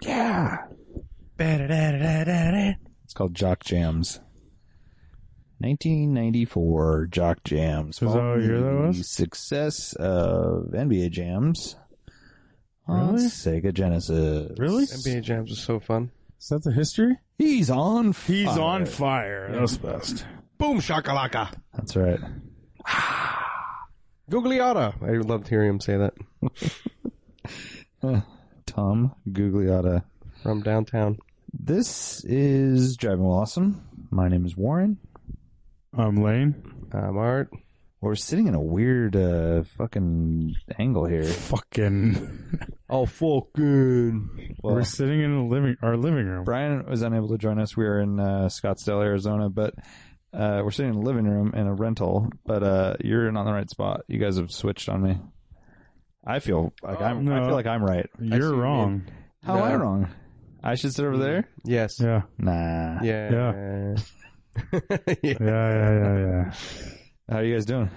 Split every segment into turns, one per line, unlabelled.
yeah. It's called Jock Jams. 1994 Jock Jams.
Was that what year that
following
was?
the Success of NBA Jams. On
Really?
Sega Genesis.
Really?
NBA Jams is so fun.
Is that the history?
He's on fire.
He's on fire. That was best.
Boom shakalaka.
That's right.
Googliata. Oh, I loved hearing him say that
Tom Gugliotta.
from downtown.
This is Driving Well Awesome. My name is Warren.
I'm Um, Lane.
I'm Um, Art.
We're sitting in a weird uh, fucking angle here.
Fucking.
Oh, fucking.
We're sitting in the living our living room.
Brian was unable to join us. We were in uh, Scottsdale, Arizona, but uh, we're sitting in the living room in a rental. But uh, you're in on the right spot. You guys have switched on me. I feel like I'm. I
no.
feel like I'm right.
You're wrong.
How am I
No.
wrong? I should sit over there.
Yes.
Yeah.
Nah.
Yeah. Yeah.
Yeah, yeah, yeah, yeah.
How are you guys doing?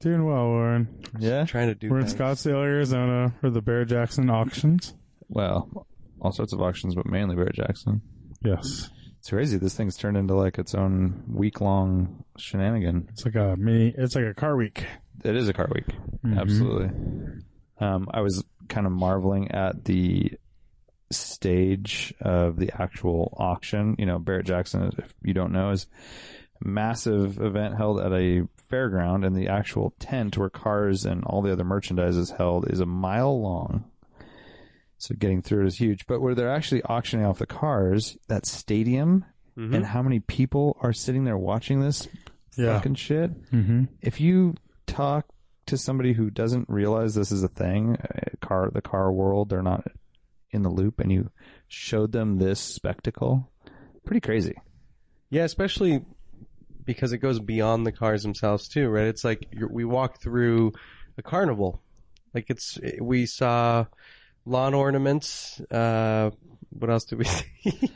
Doing well, Warren.
Yeah.
Trying to do
We're in
things.
Scottsdale, Arizona for the Bear Jackson auctions.
Well, all sorts of auctions, but mainly Bear Jackson.
Yes.
It's crazy. This thing's turned into like its own week-long shenanigan.
It's like a mini, it's like a car week. Mm-hmm.
It is a car week. Absolutely. Um, I was kind of marveling at the stage of the actual auction. You know, Barrett Jackson, if you don't know, is a massive event held at a fairground, and the actual tent where cars and all the other merchandise is held is a mile long. So getting through it is huge. But where they're actually auctioning off the cars, that stadium,
Mm-hmm.
and how many people are sitting there watching this
Yeah.
fucking shit
Mm-hmm.
if you talk to somebody who doesn't realize this is a thing, uh, car the car world, they're not in the loop, and you showed them this spectacle, pretty crazy.
Yeah, especially because it goes beyond the cars themselves too, right? It's like you're, we walk through a carnival. Like it's we saw lawn ornaments. Uh, what else did we see?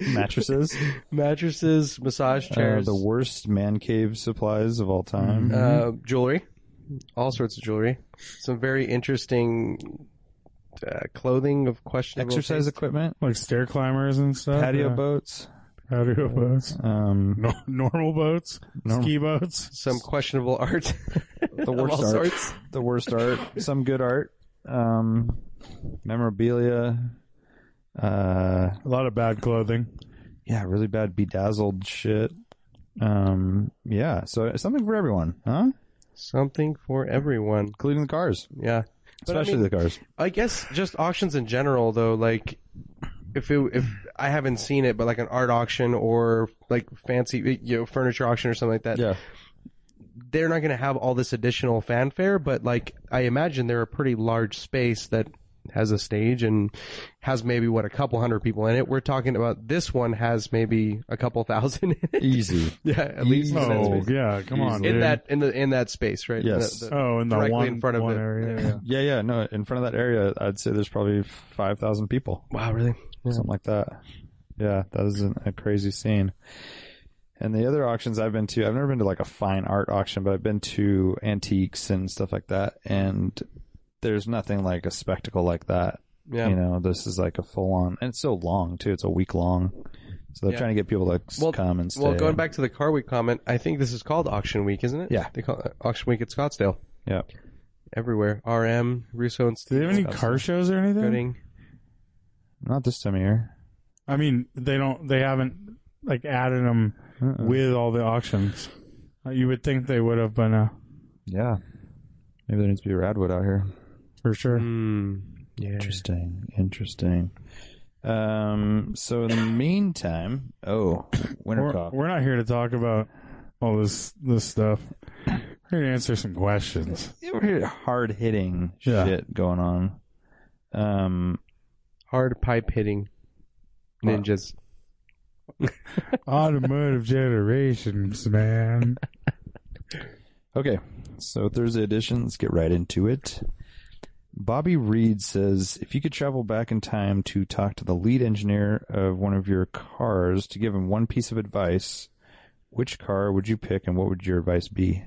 Mattresses,
Mattresses, massage
uh,
chairs,
the worst man cave supplies of all time.
uh, jewelry, all sorts of jewelry. Some very interesting uh, clothing of questionable
Exercise
taste.
equipment,
Like stair climbers and
Uh,
stuff.
patio
yeah.
boats,
Patio boats.
um,
No, normal boats.
Normal-
Ski boats.
Some questionable art.
the
Of
worst
all
art,
sorts.
the worst art, some good art, um, memorabilia. Uh,
A lot of bad clothing.
yeah, really bad bedazzled shit. Um, yeah, so something for everyone, huh?
Something for everyone.
Including the cars,
Yeah. But I
especially
mean-
the cars.
I guess just auctions in general, though. Like, if it, if I haven't seen it, but like an art auction or like fancy you know furniture auction or something like that,
Yeah,
they're not going to have all this additional fanfare. But like, I imagine they're a pretty large space that has a stage and has maybe what a couple hundred people in it. We're talking about this one has maybe a couple thousand in it.
easy.
yeah, at least in that,
Oh
space.
yeah, come on.
in
dude.
that in the in that space, right?
Yes.
The- the-
oh, in the
directly
one
in front of
one
it.
area. yeah.
Yeah, yeah. No, in front of that area, I'd say there's probably five thousand people,
wow, really?
something like that. Yeah, that is an, a crazy scene. And the other auctions I've been to, I've never been to like a fine art auction, but I've been to antiques and stuff like that. And there's nothing like a spectacle like that
Yeah.
You know, this is like a full on, and it's so long too. It's a week long, so they're
Yeah.
trying to get people to s-
Well-
come and stay.
Well, going back to the car week comment, I think this is called auction week, isn't it?
Yeah.
They call it auction week at Scottsdale.
yeah,
Everywhere. RM, Russo and
Do they have any car shows or anything?
Gooding.
not this time of year.
I mean, they don't. They haven't like added them
Uh-uh.
with all the auctions. Uh, You would think they would have, but no,
Yeah, maybe there needs to be a Radwood out here.
for
Mm,
sure.
Hmm. yeah.
Interesting, interesting. Um, so in the meantime, oh, winter
We're,
cop.
we're not here to talk about all this this stuff. Here to answer some questions.
hard hitting
Yeah.
shit going on. Um,
Hard pipe hitting ninjas.
Automotive generations, man.
Okay, so Thursday edition, let's get right into it. Bobby Reed says if you could travel back in time to talk to the lead engineer of one of your cars to give him one piece of advice, which car would you pick and what would your advice be?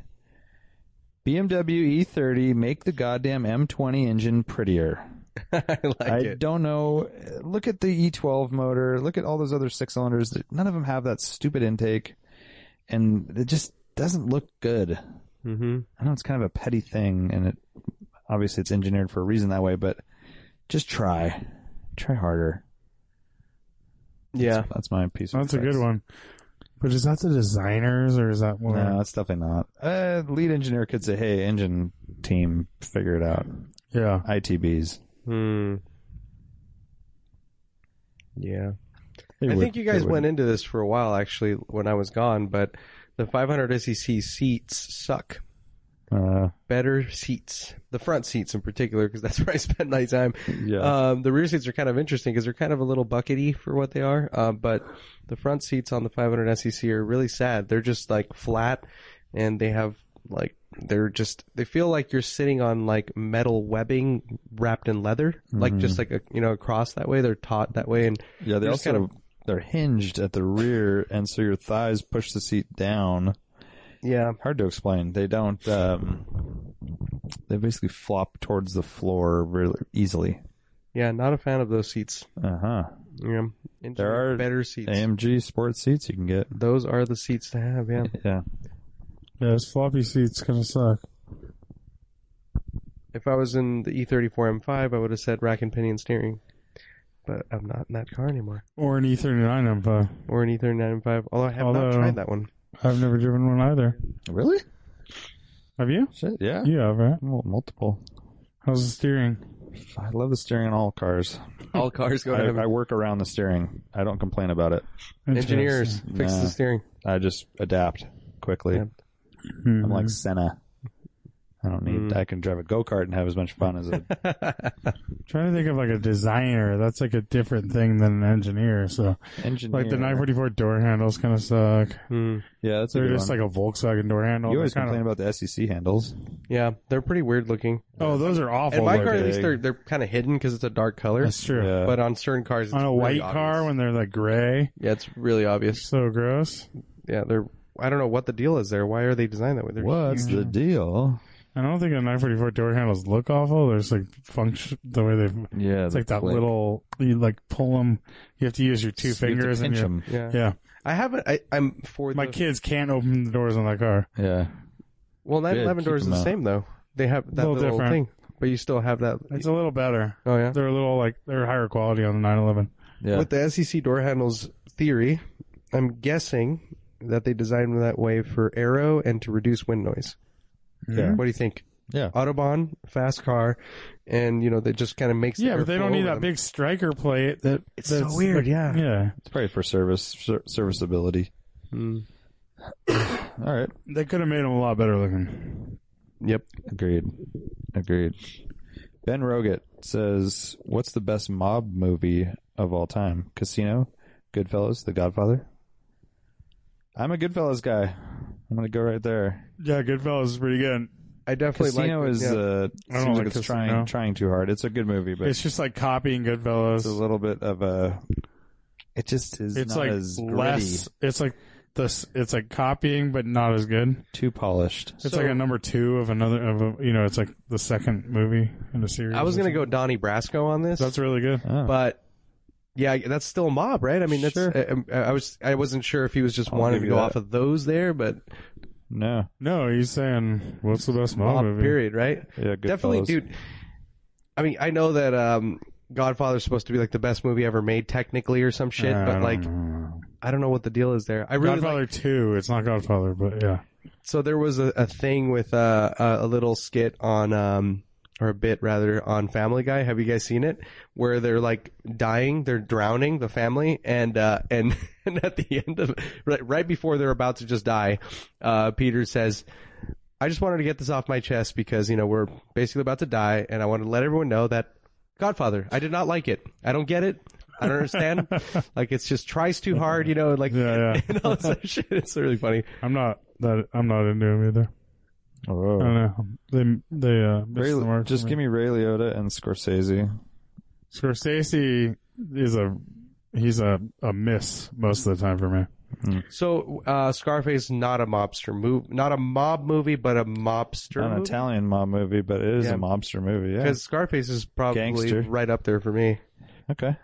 BMW E30, E make the goddamn M20 engine prettier.
I like
I
it.
don't know. Look at the E12 motor. Look at all those other six cylinders. None of them have that stupid intake, and it just doesn't look good.
Mm-hmm.
I know it's kind of a petty thing, and it obviously it's engineered for a reason that way. But just try, try harder.
Yeah.
that's, that's my piece. Of
That's a
advice.
good one. But is that the designers or is that one?
No, that's definitely not. Uh, lead engineer could say, "Hey, engine team, figure it out."
Yeah.
ITBs.
Hmm. Yeah.
They
I
would-
think you guys
they would.
went into this for a while, actually, when I was gone. But the 500 SEC E seats suck.
Uh,
Better seats, the front seats in particular, because that's where I spent my time.
yeah.
Um, the rear seats are kind of interesting because they're kind of a little buckety for what they are. Uh, but the front seats on the 500 SEC E are really sad. They're just like flat, and they have like they're just they feel like you're sitting on like metal webbing wrapped in leather, like just
Mm-hmm.
like a you know across that way. They're taut that way, and
Yeah, they
They're just
also
kind
they're hinged at the rear, and so your thighs push the seat down.
yeah,
Hard to explain. They don't. Um, they basically flop towards the floor really easily.
yeah, not a fan of those seats.
Uh huh.
Yeah,
There are
better seats.
AMG sports seats you can get.
Those are the seats to have. Yeah,
Yeah.
Yeah, this floppy seat's gonna suck.
if I was in the E E34 M5, I would have said rack and pinion steering. But I'm not in that car anymore.
Or an E E39 Empire.
or an Ether 9.5. Although I have
Although-
not tried that one.
I've never driven one either.
Really?
Have you?
Shit. Yeah.
You have, right?
Well, multiple.
How's the steering?
I love the steering on all cars.
All cars go
I,
to heaven.
I work around the steering. I don't complain about it.
Engineers fix
Nah.
the steering.
I just adapt quickly.
Yeah.
Hmm.
I'm
Mm-hmm.
like Senna. I don't need.
Mm.
I can drive a go kart and have as much fun as a
trying to think of like a designer. That's like a different thing than an engineer. So
engineer.
like the 944 door handles kind of suck.
Hmm.
Yeah, that's a
They're
good
just
one.
like a Volkswagen door handle.
You always
They're
complain
kinda-
about the SEC handles.
Yeah, they're pretty weird looking.
oh, those are awful.
And my car, at
looking.
least, they're, they're kind of hidden because it's a dark color.
That's true.
Yeah.
But on certain cars, it's
On a white
really
car
obvious.
when they're like gray,
yeah, it's really obvious.
so gross.
Yeah, they're. I don't know what the deal is there. Why are they designed that way? They're
What's the deal?
I don't think the 944 door handles look awful. There's like function the way they.
Yeah,
It's like that little. You like pull them. You have to use your two fingers and
pinch
your,
'em.
Yeah.
yeah.
I haven't. I, I'm for
My
the,
kids can't open the doors on that car.
Yeah,
Well, 911
keep
doors is
them
the
out.
same though. They have that
Little
little
different.
thing, but you still have that.
It's a little better.
Oh yeah.
They're a little like they're higher quality on the 911.
yeah.
With the SEC door handles theory, I'm guessing that they designed them that way for aero and to reduce wind noise.
Mm-hmm.
Yeah.
What do you think?
Yeah.
Autobahn, fast car, and you know that just kind of makes. the
Yeah, but they
airflow
don't need
over
that
them.
big striker plate. That
It's so
that's-
weird, yeah.
yeah.
It's probably for service ser- serviceability.
Mm.
All right,
They could have made them a lot better looking.
Yep.
agreed, agreed. Ben Roget says, "What's the best mob movie of all time? Casino, Goodfellas, The Godfather." I'm a Goodfellas guy. I'm gonna go right there.
Yeah, Goodfellas is pretty good.
I definitely
Casino
like.
is
yeah.
uh,
I don't
seems
like
like it's
Casino.
trying trying too hard. It's a good movie, but
It's just like copying
it's a
Goodfellas.
little bit of a. It just is
It's
not
like
as gritty,
less. It's like this. It's like copying, but not as good.
too polished.
It's
So-
like a number two of another of a. You know, it's like the second movie in the series.
I was
or
gonna
something.
go Donnie Brasco on this,
That's really good.
Oh.
but yeah, that's still a mob, right? I mean, that's.
Sure.
I, I- I was. I wasn't sure if he was just
I'll
wanting
give
to
you
go
that.
off of those there, but
no,
No, he's saying what's the best mob
mob
movie?
period, right?
yeah, Goodfellas.
definitely, dude. I mean, I know that um, Godfather's supposed to be like the best movie ever made, technically, or some shit.
Uh, I
but
don't
like,
know.
I don't know what the deal is there. I really
Godfather
like.
Two. It's not Godfather, but yeah.
So there was a, a thing with uh, a, a little skit on, um, or a bit rather, on Family Guy. Have you guys seen it? Where they're like dying, they're drowning, the family, and uh, and, and at the end of right, right before they're about to just die, uh, Peter says. I just wanted to get this off my chest because you know we're basically about to die, and I wanted to let everyone know that Godfather. I did not like it. I don't get it. I don't understand. like it's just tries too hard, you know. Like
Yeah, yeah.
and all this other shit. It's really funny.
I'm not that I'm not into him either.
Oh.
I don't know. They they uh, missed
Ray-
Uh, the mark
just
for
give me Ray Liotta and Scorsese.
Scorsese is a he's a a miss most of the time for me.
So uh, Scarface not a mobster move, not a mob movie, but a mobster
An
movie.
Italian mob movie, but it is
Yeah.
a mobster movie. Yeah.
Because Scarface is probably
Gangster.
right up there for me.
Okay.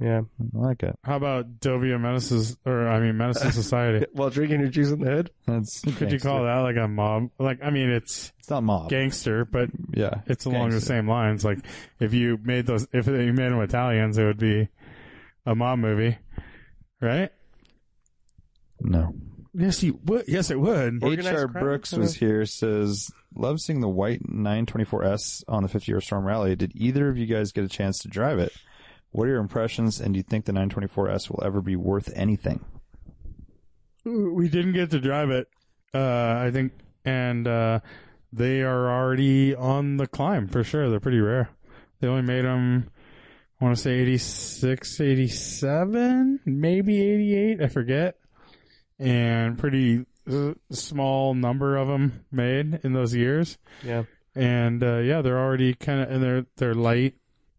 Yeah.
I like it.
How about Dovia Menaces or I mean Menaces Society?
While drinking your juice in the head.
That's
Could you call that like a mob? Like I mean it's
It's not mob.
gangster, but
yeah.
it's along the
Gangster.
same lines. Like if you made those if you made them Italians, it would be a mob movie, right?
No.
Yes, you would. Yes, it would.
Organized
H.R.
crime,
Brooks
kinda?
was here. Says, love seeing the white 924S on the 50-year storm rally. Did either of you guys get a chance to drive it? What are your impressions? And do you think the 924S will ever be worth anything?
we didn't get to drive it. Uh, I think, and uh, they are already on the climb for sure. They're pretty rare. They only made them, I want to say 86, 87, maybe 88. I forget. And pretty uh, small number of them made in those years.
Yeah.
And uh, yeah, they're already kind of, and they're they're light,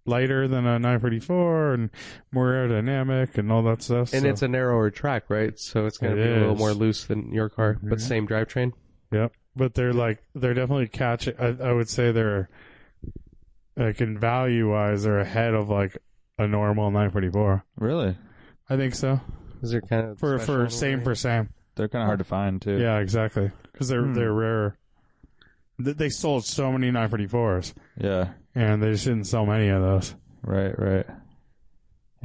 lighter than a 944, and more aerodynamic, and all that stuff.
And
so-
it's a narrower track, right? So it's going
It
to be a little
is.
more loose than your car, but same drivetrain.
Yep. But they're like they're definitely catching. I, I would say they're like in value wise, they're ahead of like a normal 944.
Really?
I think so
Is there kind of
for
special in
for
a
same
way?
for same.
They're kind of hard to find too.
Yeah, exactly. Because they're
Hmm.
they're rarer. Th- They sold so many 944s,
Yeah.
and they just didn't sell many of those.
Right. Right.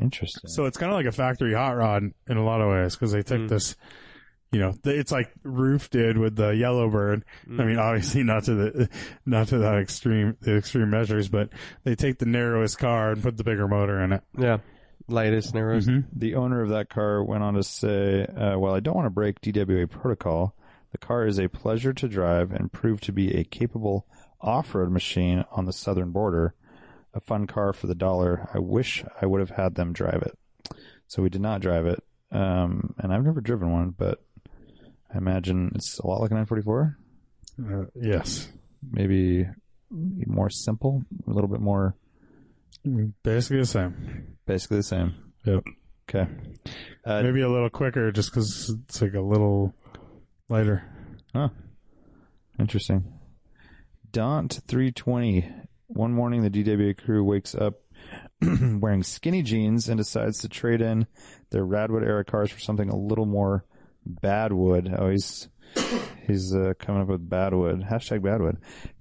Interesting.
So it's kind of like a factory hot rod in a lot of ways because they took
Mm.
this, you know, th- it's like Roof did with the Yellowbird. I
Mm.
mean, obviously not to the, not to that extreme, the extreme measures, but they take the narrowest car and put the bigger motor in it.
Yeah. Lightest,
Mm-hmm.
narrowest.
The owner of that car went on to say, uh, "While I don't want to break DWA protocol, the car is a pleasure to drive and proved to be a capable off-road machine on the southern border. A fun car for the dollar. I wish I would have had them drive it. So we did not drive it, um, and I've never driven one, but I imagine it's a lot like a 944.
Uh, yes.
Maybe more simple, a little bit more,
Basically the same.
basically the same.
Yep.
Okay. Uh,
Maybe a little quicker just because it's like a little lighter.
Huh. Interesting. Daunt 320. One morning, the DWA crew wakes up wearing skinny jeans and decides to trade in their Radwood era cars for something a little more Badwood. Oh, he's he's uh, coming up with Badwood. Hashtag Badwood.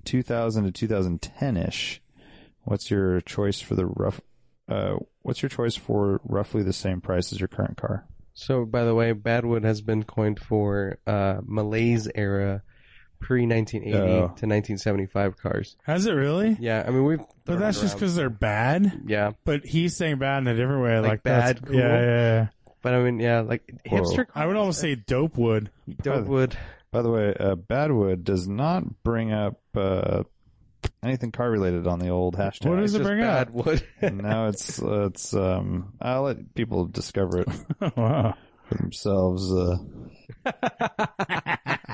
2000 to 2010 ish. What's your choice for the rough? Uh, what's your choice for roughly the same price as your current car?
So, by the way, Badwood has been coined for uh, Malaise era pre 1980
Oh.
to 1975 cars.
Has it really?
Yeah, I mean, we've.
But
thrown
that's
it
just
around.
because they're bad.
Yeah,
But he's saying bad in a different way. Like,
Like bad,
that's-
cool?
Yeah, yeah, yeah.
but I mean, yeah, like hipster.
I would almost say dope would.
Dope wood.
By the way, uh, Badwood does not bring up uh, anything car related on the old hashtag.
What does
It's
it
just
bring
bad
up? Oh,
wood.
now it's it's um, I'll let people discover it
wow.
for themselves. Uh,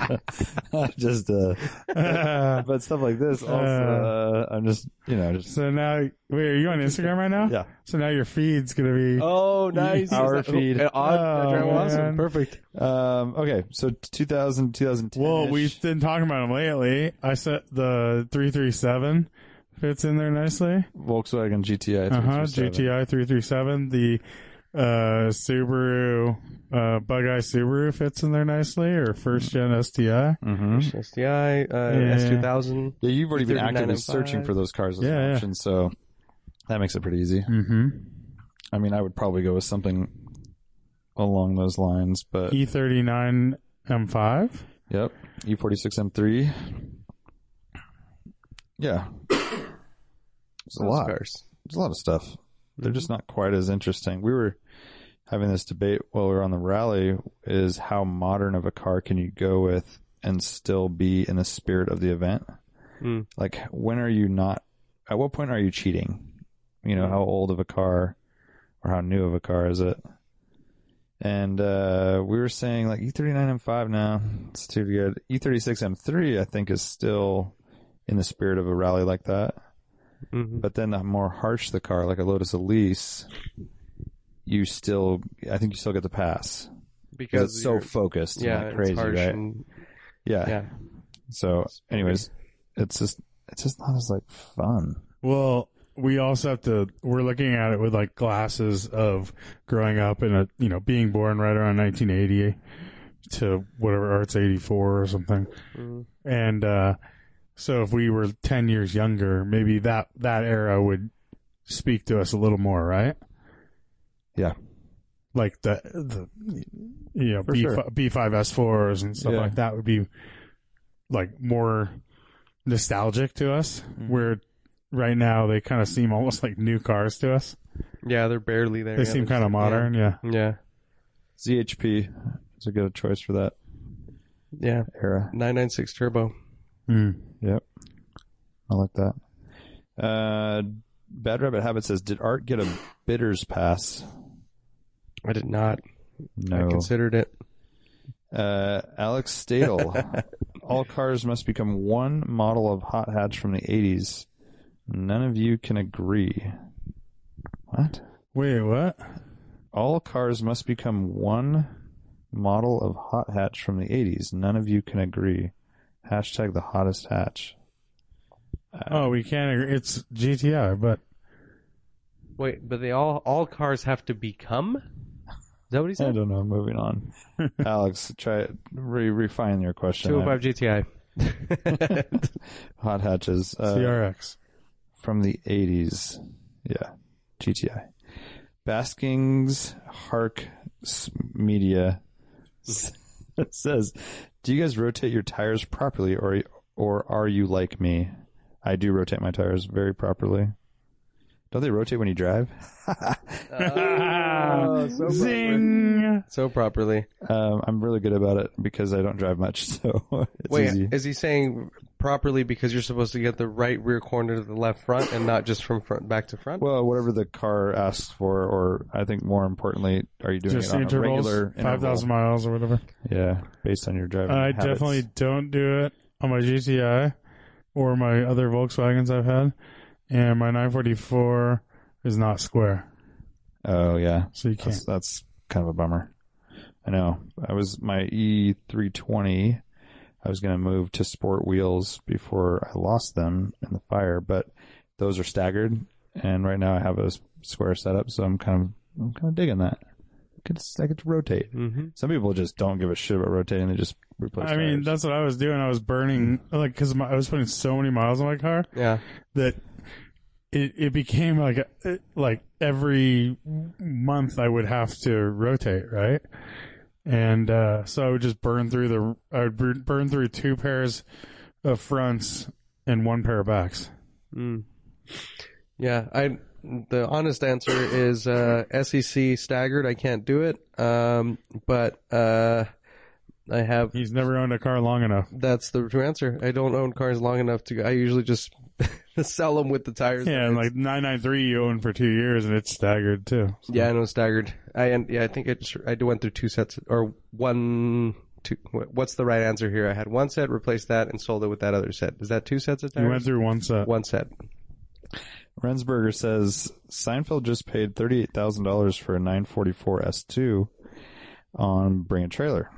just uh, but stuff like this. Also, uh, I'm just you know just
so now, wait, are you on Instagram right now?
yeah.
So now your feed's gonna be.
oh, nice.
Our
Is that-
feed.
Oh,
Oh,
oh,
man.
awesome. Perfect.
Um, okay, so 2000 2010.
well, we've been talking about them lately. I set the three three seven fits in there nicely.
Volkswagen GTI.
Uh
Uh-huh,
huh.
337.
GTI three three seven. The uh Subaru uh Bug Eye Subaru fits in there nicely, or first gen STI.
Mhm.
SDI, uh,
Yeah.
S2000.
Yeah, you've already been
39
actively
and
searching
five.
for those cars as
Yeah,
an
yeah.
option, so that makes it pretty easy.
Mm-hmm.
I mean, I would probably go with something along those lines, but
E thirty nine M five.
yep, E E46 M3. Yeah, it's a
Those
lot.
Cars.
There's a lot of stuff. They're just not quite as interesting. We were having this debate while we were on the rally: is how modern of a car can you go with and still be in the spirit of the event?
Mm.
Like, when are you not? At what point are you cheating? You know, how old of a car or how new of a car is it? And uh, we were saying like E39 M5 now, it's too good. E E36 M3, I think, is still in the spirit of a rally like that.
Mhm.
But then the more harsh the car, like a Lotus Elise, you still, I think you still get the pass because it's so
you're-
focused.
yeah,
and like
it's
crazy,
harsh
right?
and-
yeah.
yeah.
So, anyways, it's just it's just not as like fun.
Well, we also have to. We're looking at it with like glasses of growing up in a you know being born right around 1980 to whatever, or it's 84 or something.
Mhm.
And uh, so, if we were 10 years younger, maybe that that era would speak to us a little more, right?
Yeah.
Like the the you know
For
B
sure.
B five S fours and stuff
Yeah.
like that would be like more nostalgic to us.
Mm-hmm.
Where right now they kind of seem almost like new cars to us.
Yeah, they're barely there.
They
Yeah,
seem
they're
kind of
just-
modern. Yeah.
Yeah. yeah.
ZHP is a good choice for that
Yeah.
era.
996 turbo.
Mm.
Yep, I like that. Uh, Bad Rabbit Habit says, "Did Art get a bitters pass?"
I did not. I
No.
considered it.
Uh, Alex Stadel. All cars must become one model of hot hatch from the 80s. None of you can agree. What?
Wait, what?
All cars must become one model of hot hatch from the 80s. None of you can agree. Hashtag the hottest hatch. Uh,
Oh, we can't. Agree. It's GTR, but
Wait, but they all all cars have to become? Is that what he
I
said?
don't know. Moving on. Alex, try re- refine your question.
205 GTI.
Hot hatches. Uh,
CRX.
from the 80s. Yeah, GTI. Baskings Hark S- Media s- says, "Do you guys rotate your tires properly, or or are you like me? I do rotate my tires very properly. Don't they rotate when you drive?
Oh,
Zing.
so properly.
um, I'm really good about it because I don't drive much, so it's
Wait,
easy.
is he saying properly because you're supposed to get the right rear corner to the left front and not just from front back to front?
well, whatever the car asks for, or I think more importantly, are you doing
Just
it on a
intervals,
regular interval?
five thousand miles or whatever.
Yeah, based on your driving.
I
habits.
definitely don't do it on my GTI or my other Volkswagens I've had, and my 944 is not square,
Oh yeah,
so you can't.
that's, that's kind of a bummer. I know. I was my E320. I was going to move to sport wheels before I lost them in the fire, but those are staggered, and right now I have a s- square setup, so I'm kind of I'm kind of digging that. I get to, I get to rotate.
Mm-hmm.
Some people just don't give a shit about rotating; they just replace.
I mean,
tires.
that's what I was doing. I was burning like because I was putting so many miles on my car
Yeah.
that it it became like a, it- like every month I would have to rotate right, and uh, so I would just burn through the I would bur- burn through two pairs of fronts and one pair of backs.
Mm. Yeah, I. The honest answer is uh, SEC staggered. I can't do it, um, but uh, I have.
He's never owned a car long enough.
That's the true answer. I don't own cars long enough to. I usually just sell them with the tires.
Yeah, and like 993 you own for two years and it's staggered too.
yeah, I know staggered. I and yeah, I think I just I went through two sets or one. Two, what's the right answer here? I had one set, replaced that, and sold it with that other set. Is that two sets of
You
tires?
went through one set.
one set.
Rensberger says Seinfeld just paid thirty-eight thousand dollars for a nine forty-four S two on Bring a Trailer.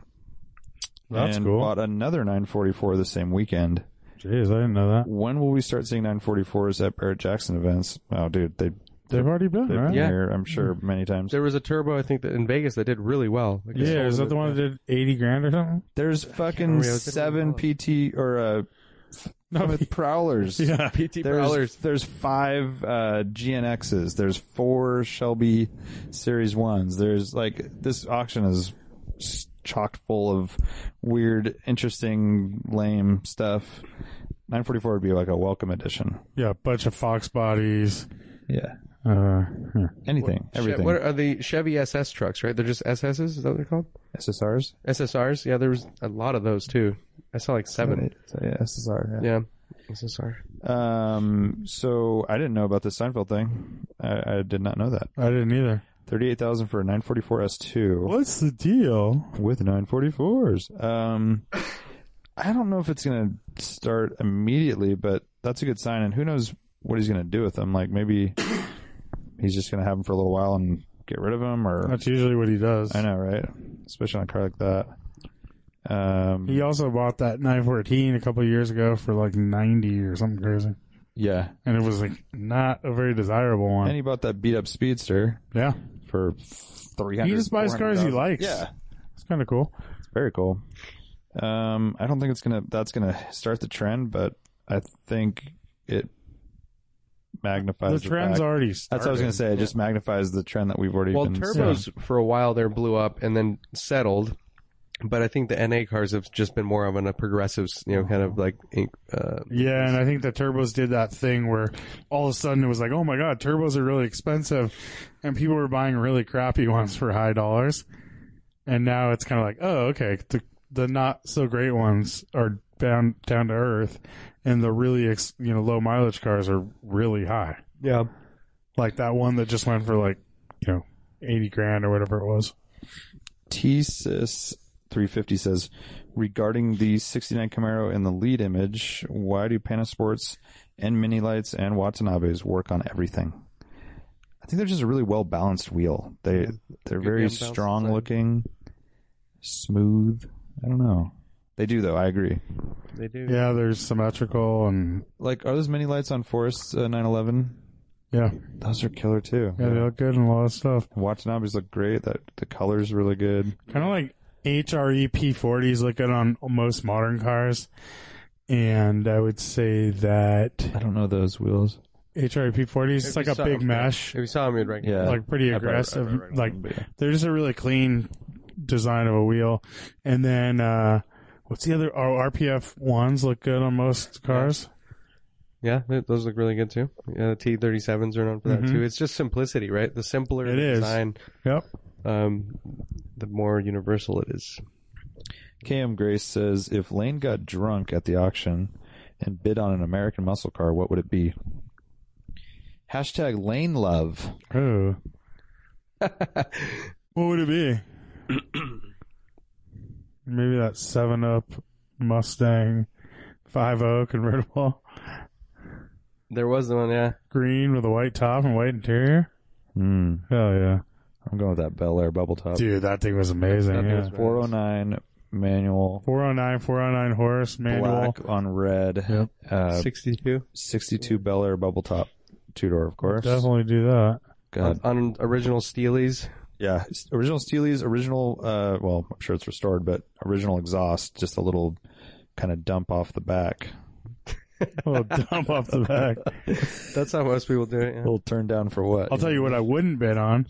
That's
and
cool.
Bought another nine forty-four the same weekend.
Jeez, I didn't know that.
When will we start seeing nine forty-fours at Barrett Jackson events? Oh, dude, they
They've already been,
they've been
right?
Yeah.
here, I'm sure, many times.
There was a turbo, I think, that in Vegas that did really well. Like, I
Yeah,
sold
is
it
that the
with-
one that did 80 grand or something?
There's fucking
remember, I was gonna
seven
look.
PT or uh, Plymouth Prowlers.
Yeah.
There's,
PT Prowlers.
there's five uh, GNXs. There's four Shelby Series ones. There's like this auction is s- chock full of weird, interesting, lame stuff. 944 would be like a welcome edition.
Yeah, a bunch of Fox bodies.
Yeah,
Uh, huh.
Anything, everything.
What are the Chevy SS trucks? Right, they're just SSs. Is that what they're called?
SSRs?
SSRs. Yeah, there was a lot of those too. I saw like seven.
So, yeah, SSR.
Yeah, SSR.
Yeah. Um. So I didn't know about this Seinfeld thing. I, I did not know that.
I didn't either.
Thirty-eight thousand for a nine forty-four S2.
What's the deal?
with 944s. Um, I don't know if it's going to start immediately, but that's a good sign. And who knows what he's going to do with them? Like maybe he's just going to have them for a little while and get rid of them, or
That's usually what he does.
I know, right? Especially on a car like that. Um,
He also bought that 914 a couple of years ago for like 90 or something crazy,
yeah,
and it was like not a very desirable one.
and he bought that beat up Speedster
yeah,
for three hundred.
he just buys cars he likes.
Yeah,
it's kind of cool.
it's very cool. Um, I don't think it's gonna that's gonna start the trend, but I think it
The
magnifies the,
trend's
fact-
already.
That's what I was going to
started.
say. It just magnifies the trend that we've already
Well,
been
turbos for a while there blew up and then settled, but I think the NA cars have just been more of an, a progressive, you know, kind of like uh,
Yeah, and I think the turbos did that thing where all of a sudden it was like, oh my god, turbos are really expensive, and people were buying really crappy ones for high dollars, and now it's kind of like, oh okay, the the not so great ones are down down to earth, and the really ex, you know low mileage cars are really high,
yeah.
like that one that just went for like you know eighty grand or whatever it was.
T-Sys 350 says, regarding the 69 Camaro in the lead image, why do Panasports and Mini Lights and Watanabes work on everything? I think they're just a really well balanced wheel. They they're
Good
very
damn balance
strong
design.
looking, smooth. I don't know. They do though. I agree.
They do.
Yeah, they're symmetrical and
Like, are those Mini Lights on Forest uh, 911?
yeah,
Those are killer too.
yeah, they look good and a lot of stuff.
Watanabes look great. That the color's really good.
kind of like HRE P40s look good on most modern cars. And I would say that E
I don't know those wheels.
HRE P40s is like a big mesh,
If you saw them, you'd recognize.
Yeah.
like pretty
I probably- I
aggressive.
probably recommend
like
them, but yeah.
they're just a really clean design of a wheel. And then uh, what's the other? Oh, RPF ones look good on most cars.
Yeah, th- those look really good too. Yeah, the T thirty sevens are known for that
Mhm.
too. It's just simplicity, right? The simpler
It
the
is.
design,
Yep.
um, the more universal it is.
KM Grace says if Lane got drunk at the auction and bid on an American muscle car, what would it be? Hashtag Lane Love.
Oh. what would it be? Maybe that seven up Mustang five O convertible.
There was the one, yeah.
green with a white top and white interior.
Hmm.
Hell yeah,
I'm going with that Bel Air bubble top.
dude, that thing was oh amazing.
That thing was
Yeah.
rad.
409 manual,
409, 409 horse manual.
black on red,
Yep.
uh,
Sixty two
62 Bel Air bubble top, two door, of course.
Definitely do that.
God,
on, on original Steelies.
yeah. S- Original Steely's original. Uh, well, I'm sure it's restored, but original exhaust, just a little kind of dump off the back,
A little dump off the back.
That's how most people do it.
a
Yeah.
little turned down for what?
I'll tell you what I wouldn't bet on.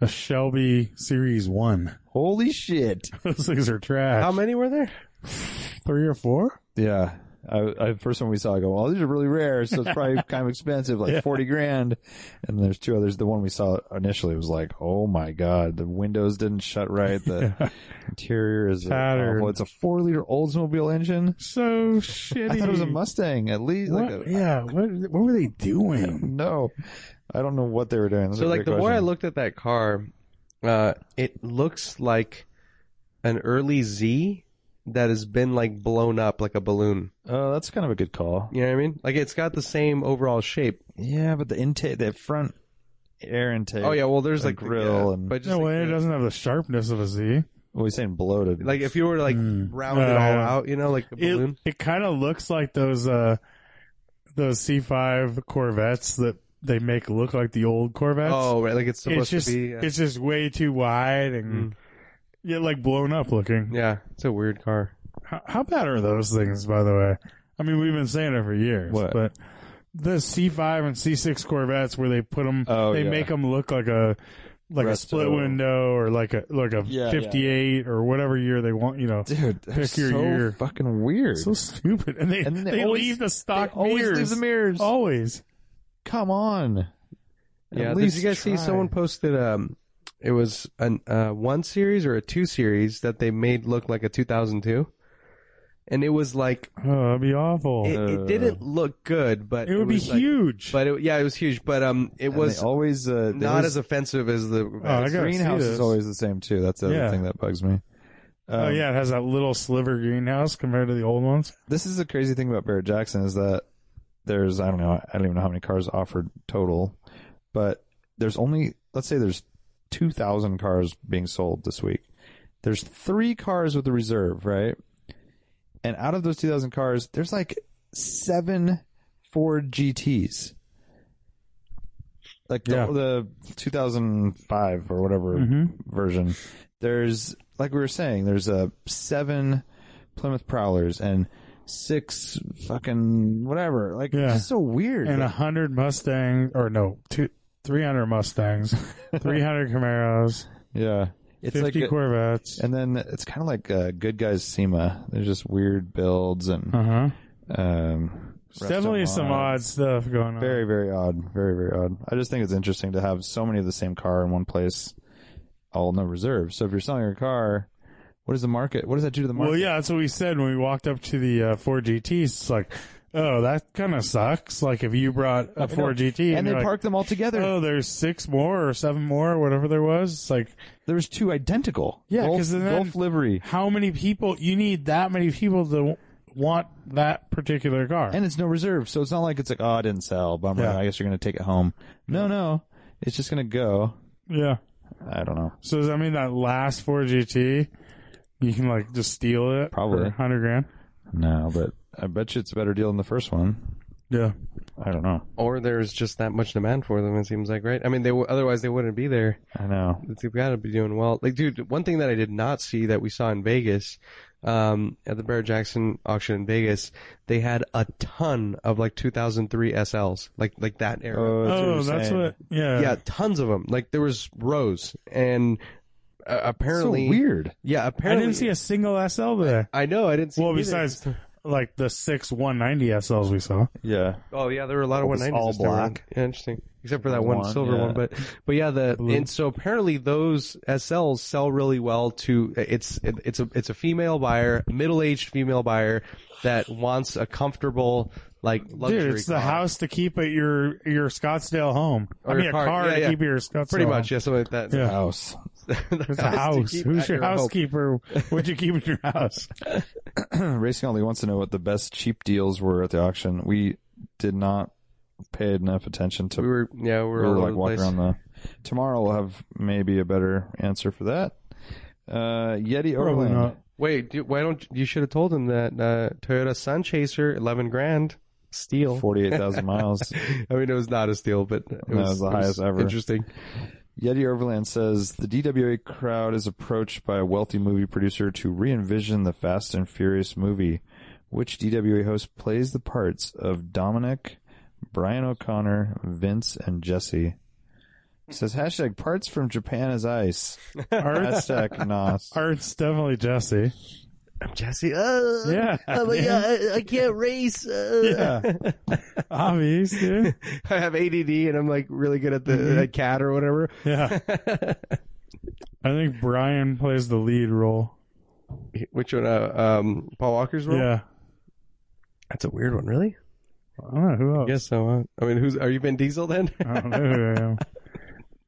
A Shelby Series 1.
Holy shit!
Those things are trash.
How many were there?
Three or four?
Yeah. I, I first one we saw, I go, well, these are really rare, so it's probably kind of expensive, like
Yeah.
forty grand. And there's two others. The one we saw initially was like, oh my god, the windows didn't shut right. The interior is
Tattered.
awful. It's a four liter Oldsmobile engine.
So shitty.
I thought it was a Mustang at least.
What,
Like a,
yeah, what, what were they doing?
No, I don't know what they were doing. That's
So
a
like the
great
more I
question.
looked at that car, uh, it looks like an early Z that has been like blown up like a balloon.
Oh, that's kind of a good call.
You know what I mean? Like it's got the same overall shape.
Yeah, but the intake, the front air intake.
Oh yeah, well there's
The
like the-
grill
yeah,
and-
but just
No
like,
way, it
the-
doesn't have the sharpness of a Z.
What are we saying? Bloated.
like if you were to, like
Mm.
round it
Uh,
all out, you know, like a
it,
balloon.
it kind of looks like those uh those C5 Corvettes that they make look like the old Corvettes.
oh right, like it's supposed
it's just
to be. uh,
it's just way too wide and yeah, like blown up looking.
yeah, it's a weird car.
How, how bad are those things, by the way? I mean, we've been saying it for years,
What?
but the C5 and C6 Corvettes where they put them,
Oh,
they
yeah.
make them look like a like a
Resto.
split window or like a like a
Yeah, yeah.
58 or whatever year they want, you know.
dude, they're
Pick your
so
year.
fucking weird.
So stupid, and they
And
they,
they always-
leave the
They
stock
always
mirrors.
leave the mirrors.
Always.
Come on.
Yeah,
At
did
least
you guys see
try.
someone posted? Um, it was an uh, one series or a two series that they made look like a 2002, and it was like
Oh, that'd be awful.
it,
It,
it didn't look good, but
would be
was like-
huge.
but it, yeah, it was huge. But um, it
And
was
they always uh, they
not
always-
as offensive as the.
Oh, I gotta
greenhouse
see this.
is always the same too. That's the other
Yeah.
thing that bugs me.
oh
Um,
yeah, it has that little sliver greenhouse compared to the old ones.
this is the crazy thing about Barrett Jackson is that there's I don't know I don't even know how many cars offered total, but there's only let's say there's two thousand cars being sold this week. There's three cars with the reserve, right? And out of those two thousand cars, there's like seven Ford GTS. Like the,
Yeah. Mm-hmm.
the 2005 or whatever version, there's like we were saying, there's a seven Plymouth Prowlers and six fucking whatever. Like
Yeah.
it's just so weird.
and a hundred Mustangs, or no, two, three hundred Mustangs, three hundred Camaros,
yeah, it's like
fifty
a-
Corvettes.
and then it's kind of like uh, good guys SEMA. They're just weird builds and
Uh huh.
um,
Definitely
resto
some
Uh-huh. mods.
odd stuff going on.
Very very odd. Very very odd. I just think it's interesting to have so many of the same car in one place, all no reserve. So if you're selling your car, what does the market? What does that do to the market?
Well, yeah, that's what we said when we walked up to the uh, Ford GTs. It's like, oh, that kind of sucks. Like if you brought a Ford GT and,
And they
you're like,
park them all together.
oh, there's six more or seven more or whatever there was. It's like,
there was two identical.
Yeah,
Golf-
'cause then-
Golf livery.
how many people? You need that many people to w- want that particular car.
and it's no reserve, so it's not like it's like, oh, I didn't sell, bummer.
Yeah.
I guess you're gonna take it home. No, no, it's just gonna go.
yeah.
I don't know.
So does that mean that last Ford GT, you can like just steal it?
Probably.
hundred grand.
No, but I bet you it's a better deal than the first one.
Yeah.
I don't know.
Or there's just that much demand for them. It seems like right. I mean, they w- otherwise they wouldn't be there.
I know.
They've got to be doing well. Like, dude, one thing that I did not see that we saw in Vegas, um, at the Barrett Jackson auction in Vegas, they had a ton of like 2003 SLs, like like that era.
that's
oh, that's
saying.
what. Yeah.
yeah, tons of them. Like there was rows, and uh,
It's so
apparently,
weird.
yeah,
I
apparently
didn't see a single SL there.
I know, I didn't see.
Well,
either.
besides like the six 190 SLs we saw.
Yeah,
Oh yeah, there were a lot of
It's
190s.
all
that were-
black.
Yeah, interesting. Except for that one,
One,
silver
yeah. Mm-hmm.
one, but but yeah, the and so apparently those SLs sell really well to it's it's a it's a female buyer, middle aged female buyer that wants a comfortable like luxury.
Dude, it's the
car.
house to keep at your your Scottsdale home. I
Or
mean,
your
a
car.
car,
Yeah,
to
yeah.
keep at your Scottsdale.
pretty much, yeah, something like that.
Yeah.
house.
It's a house. Who's your
house?
housekeeper? What'd you keep in your house?
Racing Only wants to know what the best cheap deals were at the auction. We did not pay enough attention to
We were yeah, we were,
we
all
were
over
like
the
walking
place.
around the. Tomorrow we'll have maybe a better answer for that. Uh, Yeti
Probably
Overland.
not.
Wait, do, why don't you should have told him that uh, Toyota Sun Chaser, eleven grand, steal.
48,000 miles.
I mean, it was not a steal, but it
No, it was the highest ever.
Interesting.
Yeti Overland says the DWA crowd is approached by a wealthy movie producer to re envision the Fast and Furious movie. Which DWA host plays the parts of Dominic, Brian O'Connor, Vince, and Jesse? It says hashtag parts from Japan is ice.
Art's,
Hashtag nos.
Art's definitely Jesse.
I'm Jesse. Oh,
Yeah.
Oh my god, I, I can't race. Uh.
Yeah. Obvious, dude.
I have ADD and I'm like really good at the
Mm-hmm.
at cat or whatever.
Yeah. I think Brian plays the lead role.
Which one? Uh, um, Paul Walker's role.
Yeah.
that's a weird one, really.
I don't know who else.
Yes, so uh, I mean, who's are you Vin Diesel then?
I don't know who I am.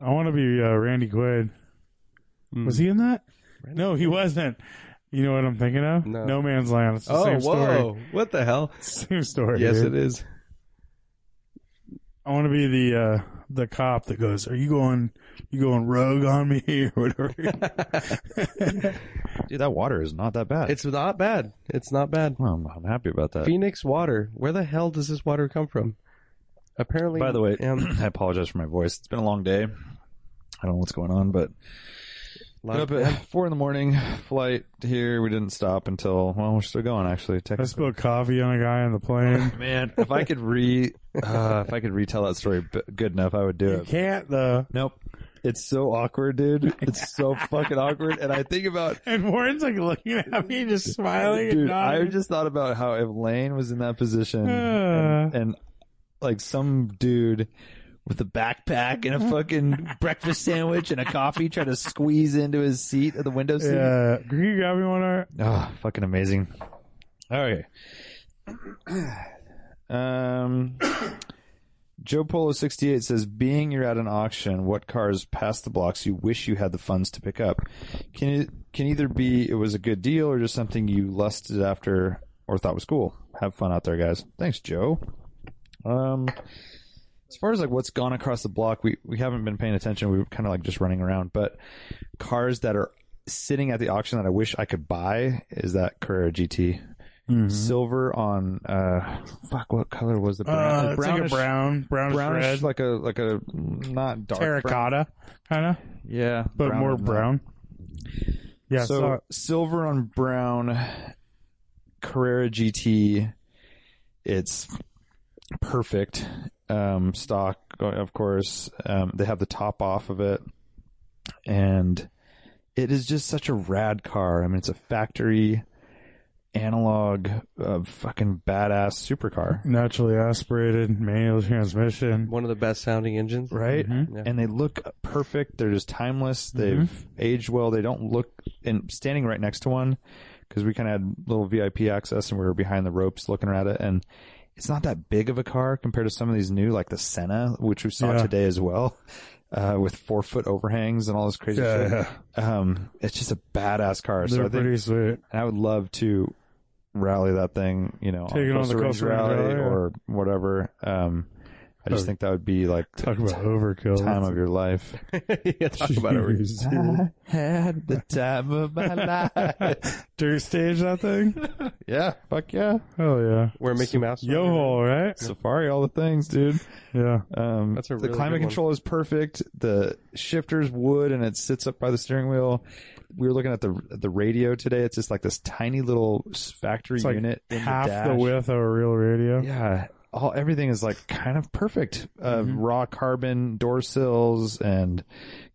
I want to be uh, Randy Quaid.
Mm.
Was he in that? No, he wasn't. You know what I'm thinking of?
No.
Man's Land. It's the
oh,
same
whoa!
story.
What the hell?
Same story.
yes,
dude.
it is.
I want to be the uh, the cop that goes, "Are you going? You going rogue on me or whatever?"
Dude, that water is not that bad.
It's not bad. It's not bad.
Well, I'm, I'm happy about that.
Phoenix water. Where the hell does this water come from? Apparently,
By the way,
um,
I apologize for my voice. It's been a long day. I don't know what's going on, but
lot of-
Got up at four in the morning. Flight here. We didn't stop until well, we're still going actually.
I
Technically,
spilled coffee on a guy on the plane.
man, if I could re, uh, if I could retell that story b- good enough, I would do
You
it.
can't though.
Nope, it's so awkward, dude. It's so fucking awkward. And I think about,
And Warren's like looking at me, just smiling. and
dude, I
nodding.
just thought about how if Lane was in that position and, and like some dude with a backpack and a fucking breakfast sandwich and a coffee trying to squeeze into his seat of the window seat.
Yeah. Can you grab me one? Art?
Oh, fucking amazing. Okay. Um, Joe Polo 68 says, being you're at an auction, what cars pass the blocks you wish you had the funds to pick up? Can it can either be it was a good deal or just something you lusted after or thought was cool? Have fun out there, guys. Thanks, Joe. Um, as far as like what's gone across the block, we, we haven't been paying attention. We were kind of like just running around, but cars that are sitting at the auction that I wish I could buy is that Carrera GT Mm-hmm. silver on uh fuck what color was the brown
Uh, it's like a
brownish
brown, brownish,
brownish
red,
like a like a not dark brown.
terracotta, kind of,
yeah
but more
than that.
brown. Yeah.
so
So,
silver on brown Carrera GT it's perfect um stock of course um they have the top off of it and it is just such a rad car I mean it's a factory analog uh, fucking badass supercar
naturally aspirated manual transmission.
One of the best sounding engines.
right?
Mhm.
Yeah.
And they look perfect. They're just timeless.
Mm-hmm.
They've aged well. They don't look and standing right next to one because we kind of had little VIP access and we were behind the ropes looking at it. And it's not that big of a car compared to some of these new, like the Senna, which we saw
Yeah.
today as well, uh, with four foot overhangs and all this crazy
Yeah, yeah.
shit. Um, it's just a badass car.
They're
so I think
pretty sweet.
and I would love to rally that thing, you know,
Take it on the
Range
Coastal Range Rally, yeah.
or whatever. Um, I just
Oh.
think that would be like the
Talk about overkill.
time of your life.
yeah, talk about it.
Jeez, dude.
had the time of my life.
Dirt stage that thing?
yeah, fuck yeah.
Hell yeah.
Where Mickey Mouse. was.
Yo-ho, right?
Safari, all the things, dude.
Yeah.
Um,
That's a
the
really
climate
good one.
control is perfect. The shifter's wood and it sits up by the steering wheel. We were looking at the the radio today. It's just like this tiny little factory
It's like
unit in
half
the, dash.
the width of a real radio.
Yeah, all everything is like kind of perfect. Uh, Raw carbon door sills and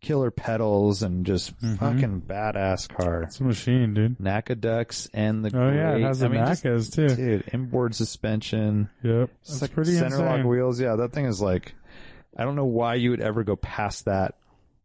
killer pedals and just fucking badass car.
It's a machine, dude.
NACA ducks and the
Oh yeah, it
great-
has the
I mean, just-
NACAs too.
dude inboard suspension.
Yep,
It's
it's
like
pretty
center lock
insane.
wheels. Yeah, that thing is like, I don't know why you would ever go past that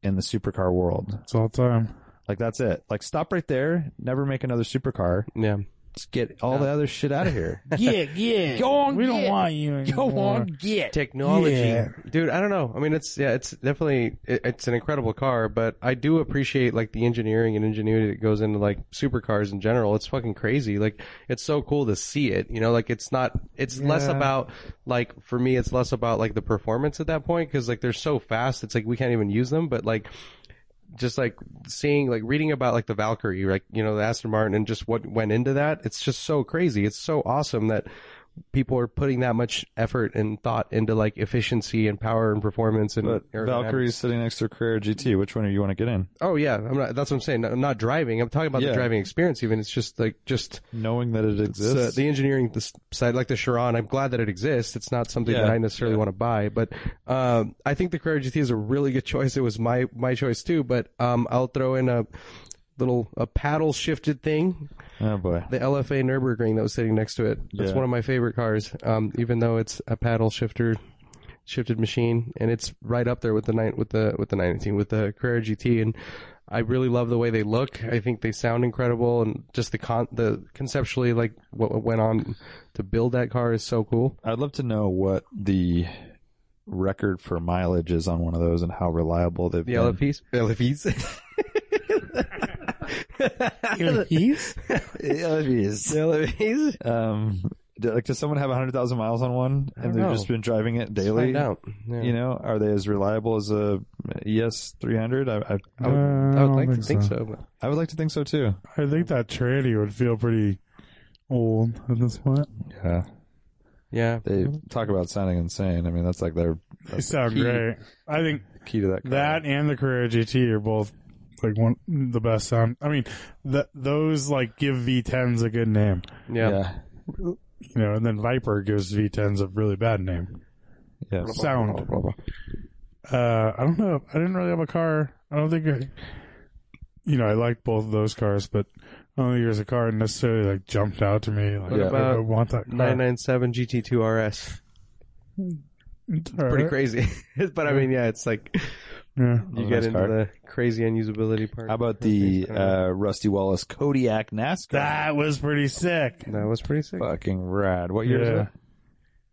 in the supercar world.
It's all time.
Like that's it. Like stop right there. Never make another supercar.
Yeah.
Just get all the other shit out of here.
Yeah, yeah.
go on,
We don't
get.
want you anymore.
get.
technology
Yeah.
dude i don't know i mean it's yeah it's definitely it, it's an incredible car but i do appreciate like the engineering and ingenuity that goes into like supercars in general it's fucking crazy like it's so cool to see it you know like it's not it's less
Yeah.
about like for me it's less about like the performance at that point because like they're so fast it's like we can't even use them but like just like seeing like reading about like the Valkyrie, like you know the Aston Martin, and just what went into that. It's just so crazy. It's so awesome that people are putting that much effort and thought into like efficiency and power and performance and
But
aerodynamics.
Valkyrie's sitting next to a Carrera GT. Which one do you want to get in?
Oh yeah, I'm not, that's what I'm saying. I'm not driving. I'm talking about
Yeah.
the driving experience. Even it's just like just
Knowing that it
it's, uh,
exists.
the engineering this side, like the Chiron, I'm glad that it exists. It's not something
Yeah.
that I necessarily want to buy, but um, I think the Carrera GT is a really good choice. It was my my choice too, but um, I'll throw in a little a paddle shifted thing,
oh boy.
the LFA Nurburgring that was sitting next to it. That's
Yeah.
one of my favorite cars, um, even though it's a paddle shifter shifted machine, and it's right up there with the nine with the with the 918 with the Carrera GT and. I really love the way they look. I think they sound incredible, and just the con the conceptually like what what went on to build that car is so cool.
I'd love to know what the record for mileage is on one of those and how reliable they've
The
been.
LFPs, LFPs,
LFPs.
LFPs.
Um, do- like, does someone have 100,000 miles on one
don't
and they've
know.
just been driving it daily?
Find out. Yeah.
You know, are they as reliable as a E ES 300? I, I, I, would,
Uh,
I would
don't
like to think so. but
I would like to think so too.
I think that tranny would feel pretty old at this point.
Yeah.
yeah,
They talk about sounding insane. I mean, that's like their
They sound
key.
great. I think
key to that. car.
that and the Carrera GT are both like one the best sound. I mean, th those like give V10s a good name,
yeah,
Yeah.
you know, and then Viper gives V10s a really bad name.
Yeah.
Sound. Uh, I don't know. I didn't really have a car. I don't think I, you know, I liked both of those cars, but I don't think there's a car that necessarily like jumped out to me. Like,
What
I- I
about
want that car.
997 GT2 RS.
It's
pretty
alright.
crazy. but I mean, yeah, it's like
Yeah.
you
Oh,
get
nice
into
car.
the crazy unusability part.
How about the uh, Rusty Wallace Kodiak NASCAR?
That was pretty sick.
that was pretty sick.
Fucking rad. What year
Yeah.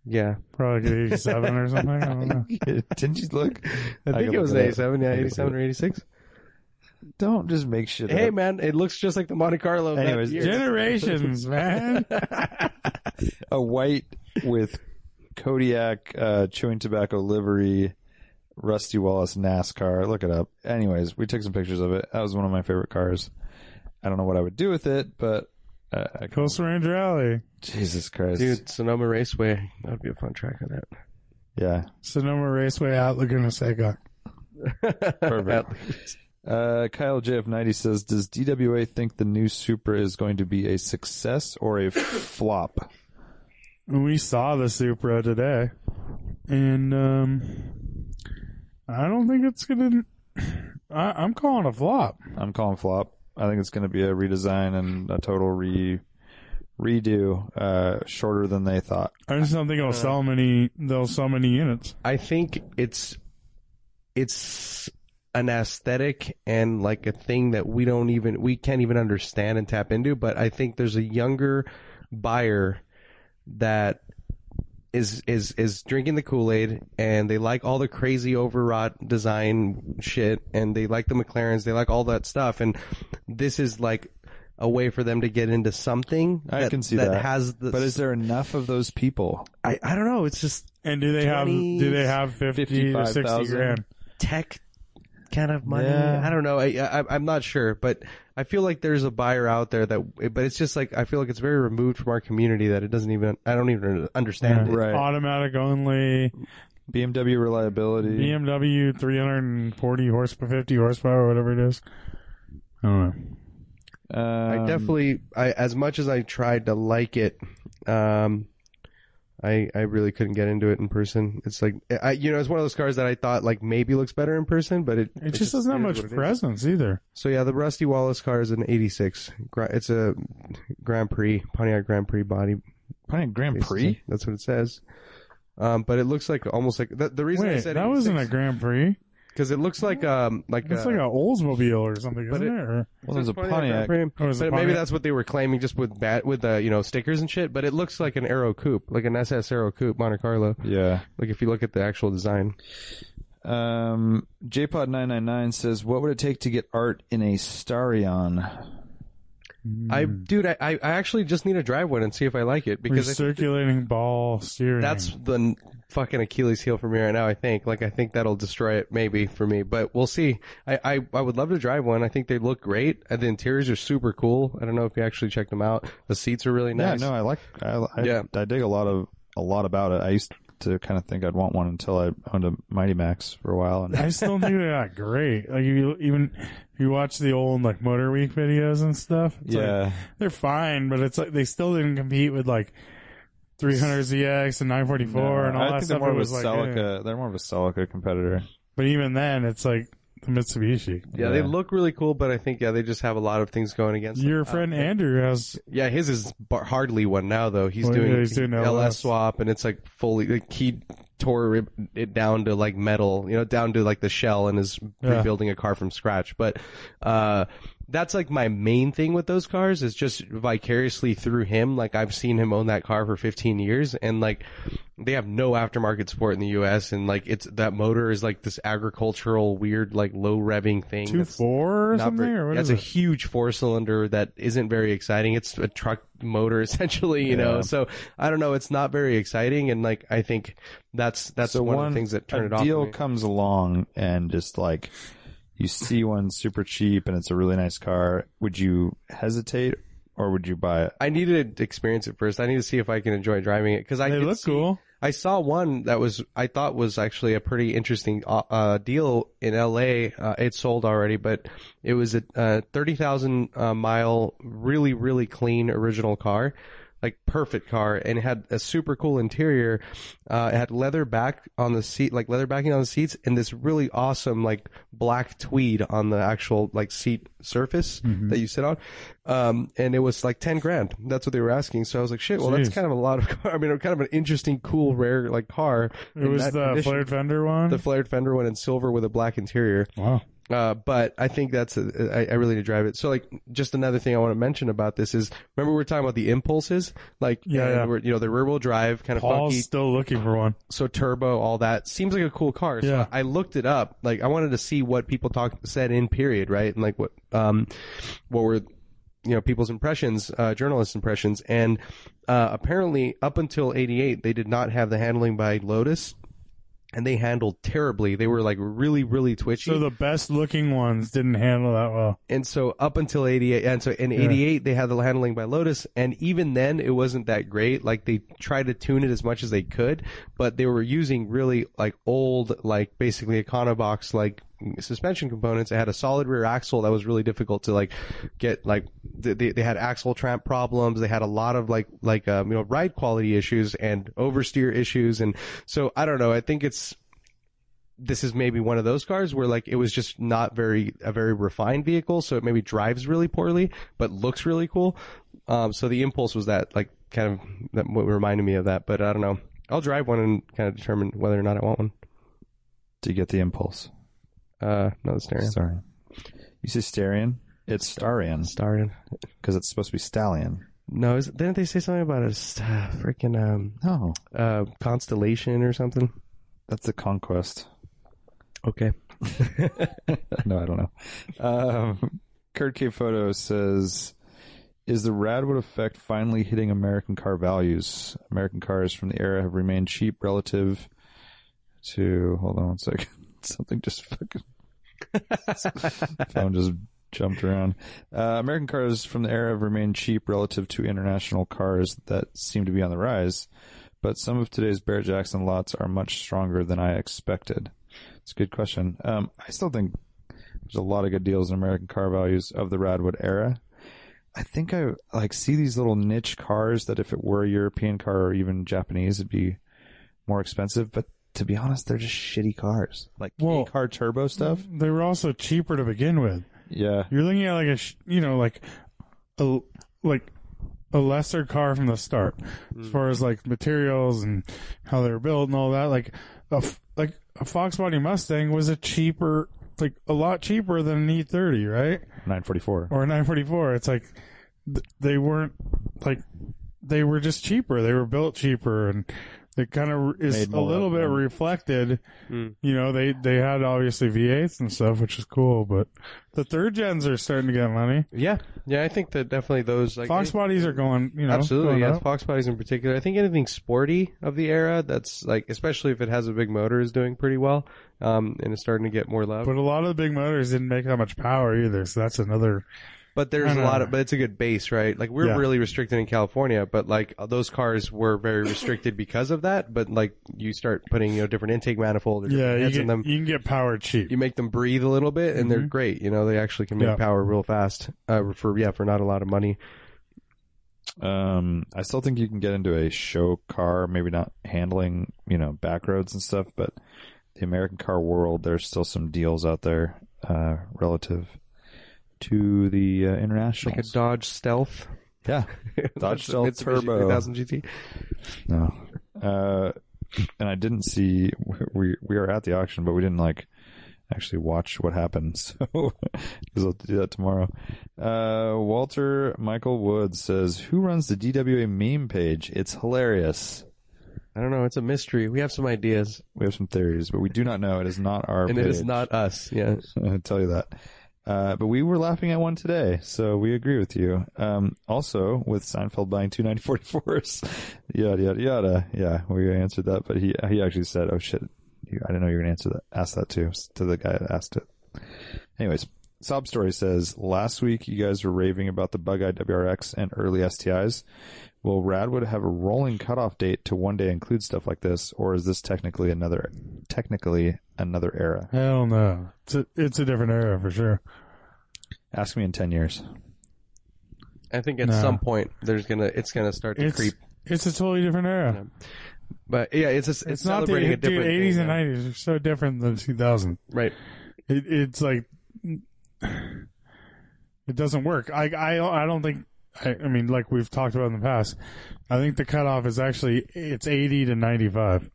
Yeah,
Probably like 87 or something. I don't know.
is that? Didn't you look?
I think
can
it was
look it up.
eighty-seven. Yeah,
I can look
eighty-seven
it
or eighty-six.
Don't just make shit
Hey,
up.
man, it looks just like the Monte Carlo. of that
Anyways,
year.
Generations, man.
A white with Kodiak uh, chewing tobacco livery, Rusty Wallace NASCAR. Look it up. Anyways, we took some pictures of it. That was one of my favorite cars. I don't know what I would do with it, but uh, I-
Coastal Ranger Alley,
Jesus Christ,
dude, Sonoma Raceway. That would be a fun track of that.
yeah,
Sonoma Raceway out Laguna Seca.
Perfect. Uh, Kyle JF90 says, "Does DWA think the new Supra is going to be a success or a flop?"
We saw the Supra today, and um, I don't think it's gonna. I, I'm calling a flop.
I'm calling flop. I think it's going to be a redesign and a total re redo, uh, shorter than they thought.
I just don't think
Uh,
it'll sell many. They'll sell many units.
I think it's it's an aesthetic and like a thing that we don't even we can't even understand and tap into, but I think there's a younger buyer that is is is drinking the Kool-Aid and they like all the crazy overwrought design shit and they like the McLarens, they like all that stuff and this is like a way for them to get into something
I
that,
can see that.
has the
But is there enough of those people?
I, I don't know, it's just
And do they have? Do they have fifty to sixty
55,000?
grand?
tech kind of money.
Yeah.
I don't know. I, I I'm not sure, but I feel like there's a buyer out there that. But it's just like I feel like it's very removed from our community that it doesn't even. I don't even understand it.
Right.
Automatic only.
BMW reliability.
BMW 340 horsepower, 50 horsepower, whatever it is. I don't know.
I
Um,
definitely. I as much as I tried to like it, um, I I really couldn't get into it in person. It's like I you know it's one of those cars that I thought like maybe looks better in person, but it
It, just doesn't have
is
much
what it is.
presence either.
So yeah, the Rusty Wallace car is an '86. It's a Grand Prix Pontiac Grand Prix body
Pontiac Grand Prix.
That's what it says. Um, but it looks like almost like the, the reason I
Wait,
said uh,
that wasn't a Grand Prix.
because it looks like um like
That's
a,
like an Oldsmobile or something,
But
isn't it? Or,
Well, there's a
Pontiac
Pontiac.
Grand Prix.
or is it
But maybe
Pontiac?
that's what they were claiming just with bat with the you know stickers and shit. But it looks like an Aero Coupe, like an SS Aero Coupe Monte Carlo.
Yeah.
Like if you look at the actual design,
Um, JPod999 says, "What would it take to get art in a Starion?"
Hmm.
I dude, I I I actually just need to drive one and see if I like it because I think
recirculating ball steering.
that's the n- fucking Achilles heel for me right now. I think like I think that'll destroy it maybe for me, but we'll see. I I, I would love to drive one. I think they look great. Uh, the interiors are super cool. I don't know if you actually checked them out. The seats are really nice.
Yeah, no, I like. I, I,
Yeah.
I dig a lot of a lot about it. I used to kind of think I'd want one until I owned a Mighty Max for a while, and
I just don't think they're that great. Like if you even if you watch the old like Motor Week videos and stuff, it's like,
yeah,
they're fine, but it's like they still didn't compete with like 300ZX and 944 and all
I
that
think they're
stuff.
more
It
of a
was like, eh.
Celica. They're more of a Celica competitor.
But even then, it's like the Mitsubishi.
Yeah, they look really cool, but I think yeah, they just have a lot of things going against. them.
Your friend Andrew has
Yeah, his is bar- hardly one now though. He's
Well,
doing
yeah, he's doing
LS.
LS.
swap, and it's like fully like he tore it- it down to like metal, you know, down to like the shell, and is
Yeah.
rebuilding a car from scratch. But uh, that's like my main thing with those cars is just vicariously through him. Like I've seen him own that car for 15 years, and like they have no aftermarket support in the U.S. And like it's that motor is like this agricultural weird like low revving thing.
two
that's-
four or
not
something,
very-
or what
that's
is
a
it?
huge four cylinder that isn't very exciting. It's a truck motor essentially, you know.
Yeah.
So I don't know. It's not very exciting, and like I think that's that's
so
one, of the things that turn
a
it off. for
Deal
me.
comes along and just like you see one super cheap and it's a really nice car. Would you hesitate or would you buy it?
I needed to experience it first. I need to see if I can enjoy driving it because I
They
did
look
see-
cool.
I saw one that was I thought was actually a pretty interesting uh, uh, deal in L.A. Uh, it sold already, but it was a uh, thirty thousand uh, mile, really really clean original car. like perfect car, and it had a super cool interior. Uh, it had leather back on the seat, like leather backing on the seats, and this really awesome like black tweed on the actual like seat surface that you sit on. Um, and it was like ten grand. That's what they were asking. So I was like, shit. Well, that's
Jeez.
kind of a lot of car. I mean, kind of an interesting, cool, rare like car.
It was the flared fender one.
the flared fender one in silver with a black interior.
wow.
Uh, but I think that's a, I, I really need to drive it. So like, just another thing I want to mention about this is remember we were talking about the impulses, like
Yeah,
and
yeah.
we're- you know the rear wheel drive kind of funky,
Paul's still looking for one.
so turbo, all that seems like a cool car. So
Yeah.
I looked it up, like I wanted to see what people talked said in period, right, and like what um what were you know people's impressions, uh, journalists' impressions, and uh, apparently up until '88 they did not have the handling by Lotus. And they handled terribly. They were like really, really twitchy.
So the best looking ones didn't handle that well.
And so up until 88, and so in 88, they had the handling by Lotus. And even then, it wasn't that great. Like they tried to tune it as much as they could, but they were using really like old, like basically Econobox, like suspension components. It had a solid rear axle that was really difficult to like get, like they, they they had axle tramp problems. They had a lot of like, like, um, you know, ride quality issues and oversteer issues. And so I don't know. I think it's, this is maybe one of those cars where like it was just not very a very refined vehicle, so it maybe drives really poorly but looks really cool. Um, so the impulse was that like kind of that what reminded me of that, but I don't know. I'll drive one and kind of determine whether or not I want one.
to get the impulse.
Uh, no, the stereo.
Sorry. You say Starion? It's Starion
Starion.
because it's supposed to be Stallion.
No, is, didn't they say something about a st- freaking um
No,
uh constellation or something?
that's the Conquest.
Okay.
No, I don't know. Um, Kurt K. Photo says, "Is the Radwood effect finally hitting American car values? American cars from the era have remained cheap relative to. Hold on one second. Something just fucking phone just jumped around. Uh, American cars from the era have remained cheap relative to international cars that seem to be on the rise." But some of today's Barrett Jackson lots are much stronger than I expected. It's a good question. Um, I still think there's a lot of good deals in American car values of the Radwood era. I think I like see these little niche cars that if it were a European car or even Japanese, it'd be more expensive. But to be honest, they're just shitty cars, like
Well-
car turbo stuff.
They were also cheaper to begin with.
Yeah,
You're looking at like a sh- you know like a like a lesser car from the start as far as like materials and how they were built and all that. Like a f- like a Fox Body Mustang was a cheaper like a lot cheaper than an E30, right?
944.
Or a 944. It's like th- they weren't like they were just cheaper. They were built cheaper and. It kind of is
Made
a
more
little
of
bit
them.
reflected. You know, they, they had obviously V8s and stuff, which is cool, but the third gens are starting to get money.
Yeah, yeah, I think that definitely those like
Fox bodies are going, you know,
Absolutely,
going
yeah.
up.
Fox bodies in particular. I think anything sporty of the era that's like, especially if it has a big motor, is doing pretty well, um, and it's starting to get more love.
But
But,
a lot of the big motors didn't make that much power either, so that's another.
there's
I
a
know.
lot of, but it's a good base, right? Like we're
Yeah.
really restricted in California, but like those cars were very restricted because of that. But like you start putting, you know, different intake manifold or different
Yeah, you,
heads
get,
in them.
you can get power cheap.
you make them breathe a little bit, and they're great. You know, they actually can make
Yeah.
power real fast uh, for yeah for not a lot of money.
Um, I still think you can get into a show car, maybe not handling, you know, back roads and stuff, but the American car world, there's still some deals out there, uh, relative to the uh, international.
Like a Dodge Stealth,
yeah. Dodge Stealth
Mitsubishi
Turbo.
2000 GT.
No. Uh, and I didn't see we we are at the auction, but we didn't like actually watch what happened. So because I'll do that tomorrow. Uh, Walter Michael Woods says, "Who runs the DWA meme page? It's hilarious."
I don't know. It's a mystery. We have some ideas.
We have some theories, but we do not know. It is not our.
and it is
page.
not us. Yeah.
I'll tell you that. Uh, but we were laughing at one today, so we agree with you. Um, also, with Seinfeld buying two 944s, yada yada yada. Yeah, we answered that, but he he actually said, "Oh shit, you- I didn't know you were going to answer that. Ask that too to the guy that asked it." Anyways, Sob Story says, last week you guys were raving about the bug-eyed WRX and early STIs. Will Radwood have a rolling cutoff date to one day include stuff like this, or is this technically another technically another era?
Hell no, it's a, it's a different era for sure.
Ask me in 10 years.
I think at
No.
some point there's gonna it's gonna start to
It's
creep.
it's a totally different era.
Yeah. But yeah, it's just, it's,
It's not the
celebrating a
dude,
different
80s
thing
and
now.
90s are so different than 2000.
Right.
It, it's like it doesn't work. I I I don't think. I, I mean, like we've talked about in the past, I think the cutoff is actually it's 80 to 95.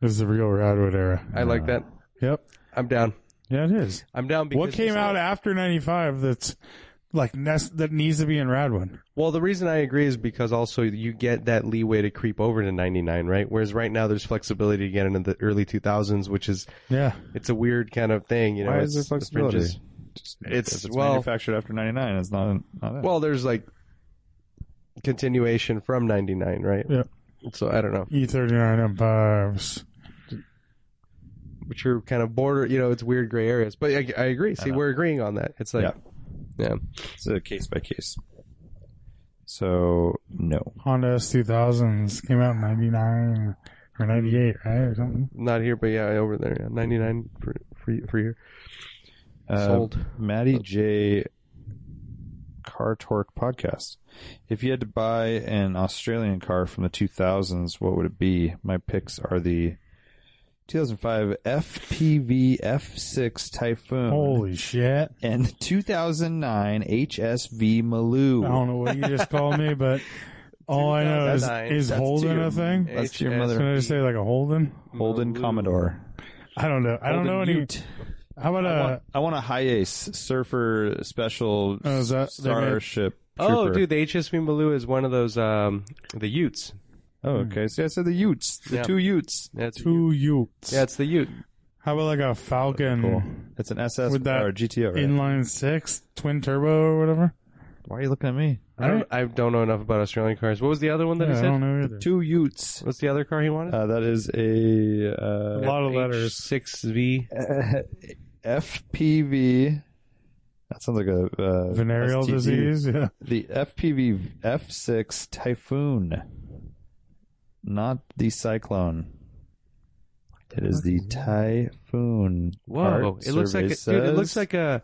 Is the real Radwood era?
I like that.
Yep.
I'm down.
Yeah, it is.
I'm down because
what came
it's
out
like-
after 95 that's like nest, that needs to be in Radwood?
Well, the reason I agree is because also you get that leeway to creep over to 99, right? Whereas right now there's flexibility to get into the early 2000s, which is
Yeah.
it's a weird kind of thing. You know,
Why is
it's
there
the
flexibility?
fringes.
Just-
It's-
if it's
well-
manufactured after '99. It's not. not it.
Well, there's like continuation from 99, right?
Yeah.
So I don't know,
E39 E Empires.
which are kind of border, you know, it's weird gray areas. But I, I agree. See,
Uh-huh.
know.
we're agreeing on that. It's like, yeah.
it's a case by case. So no.
Honda S2000s came out in 99 or 98, right? Or something.
not here, but yeah, over there, yeah, 99 for, for, for here.
Uh,
Sold.
Maddie J. Car Torque podcast. If you had to buy an Australian car from the 2000s, what would it be? My picks are the 2005 FPV F6 Typhoon
Holy shit.
and the 2009 HSV Maloo.
I don't know what you just called me, but all I know is,
2009.
is
That's
Holden
to
a
your-
thing?
That's to your mother.
Can I just say like a Holden?
Holden Commodore.
I don't know. I don't know any. uh,
Ute.
How about
I,
a?
want, I want a high ace surfer special
Oh, is that- they made-
starship.
Oh,
Trooper.
dude, the HSV Maloo is one of those, um, the Utes.
Oh, okay. See, I said the Utes, the
Yeah.
two Utes.
That's
Two Utes.
Yeah, it's the Ute.
How about like a Falcon
Cool. It's an SS
With that
or a GTO. Right?
inline six twin turbo or whatever?
Why are you looking at me?
I don't, I don't know enough about Australian cars. What was the other one that
Yeah,
he
I
said?
don't know either.
Two Utes.
What's the other car he wanted?
Uh, that is
a
a uh,
lot of letters.
Six V.
FPV. That sounds like a uh,
Venereal
STD.
disease. Yeah.
The FPV F6 Typhoon, not the Cyclone. It is the Typhoon.
Whoa!
Art
It looks like a,
survey
dude. It looks
says.
like a.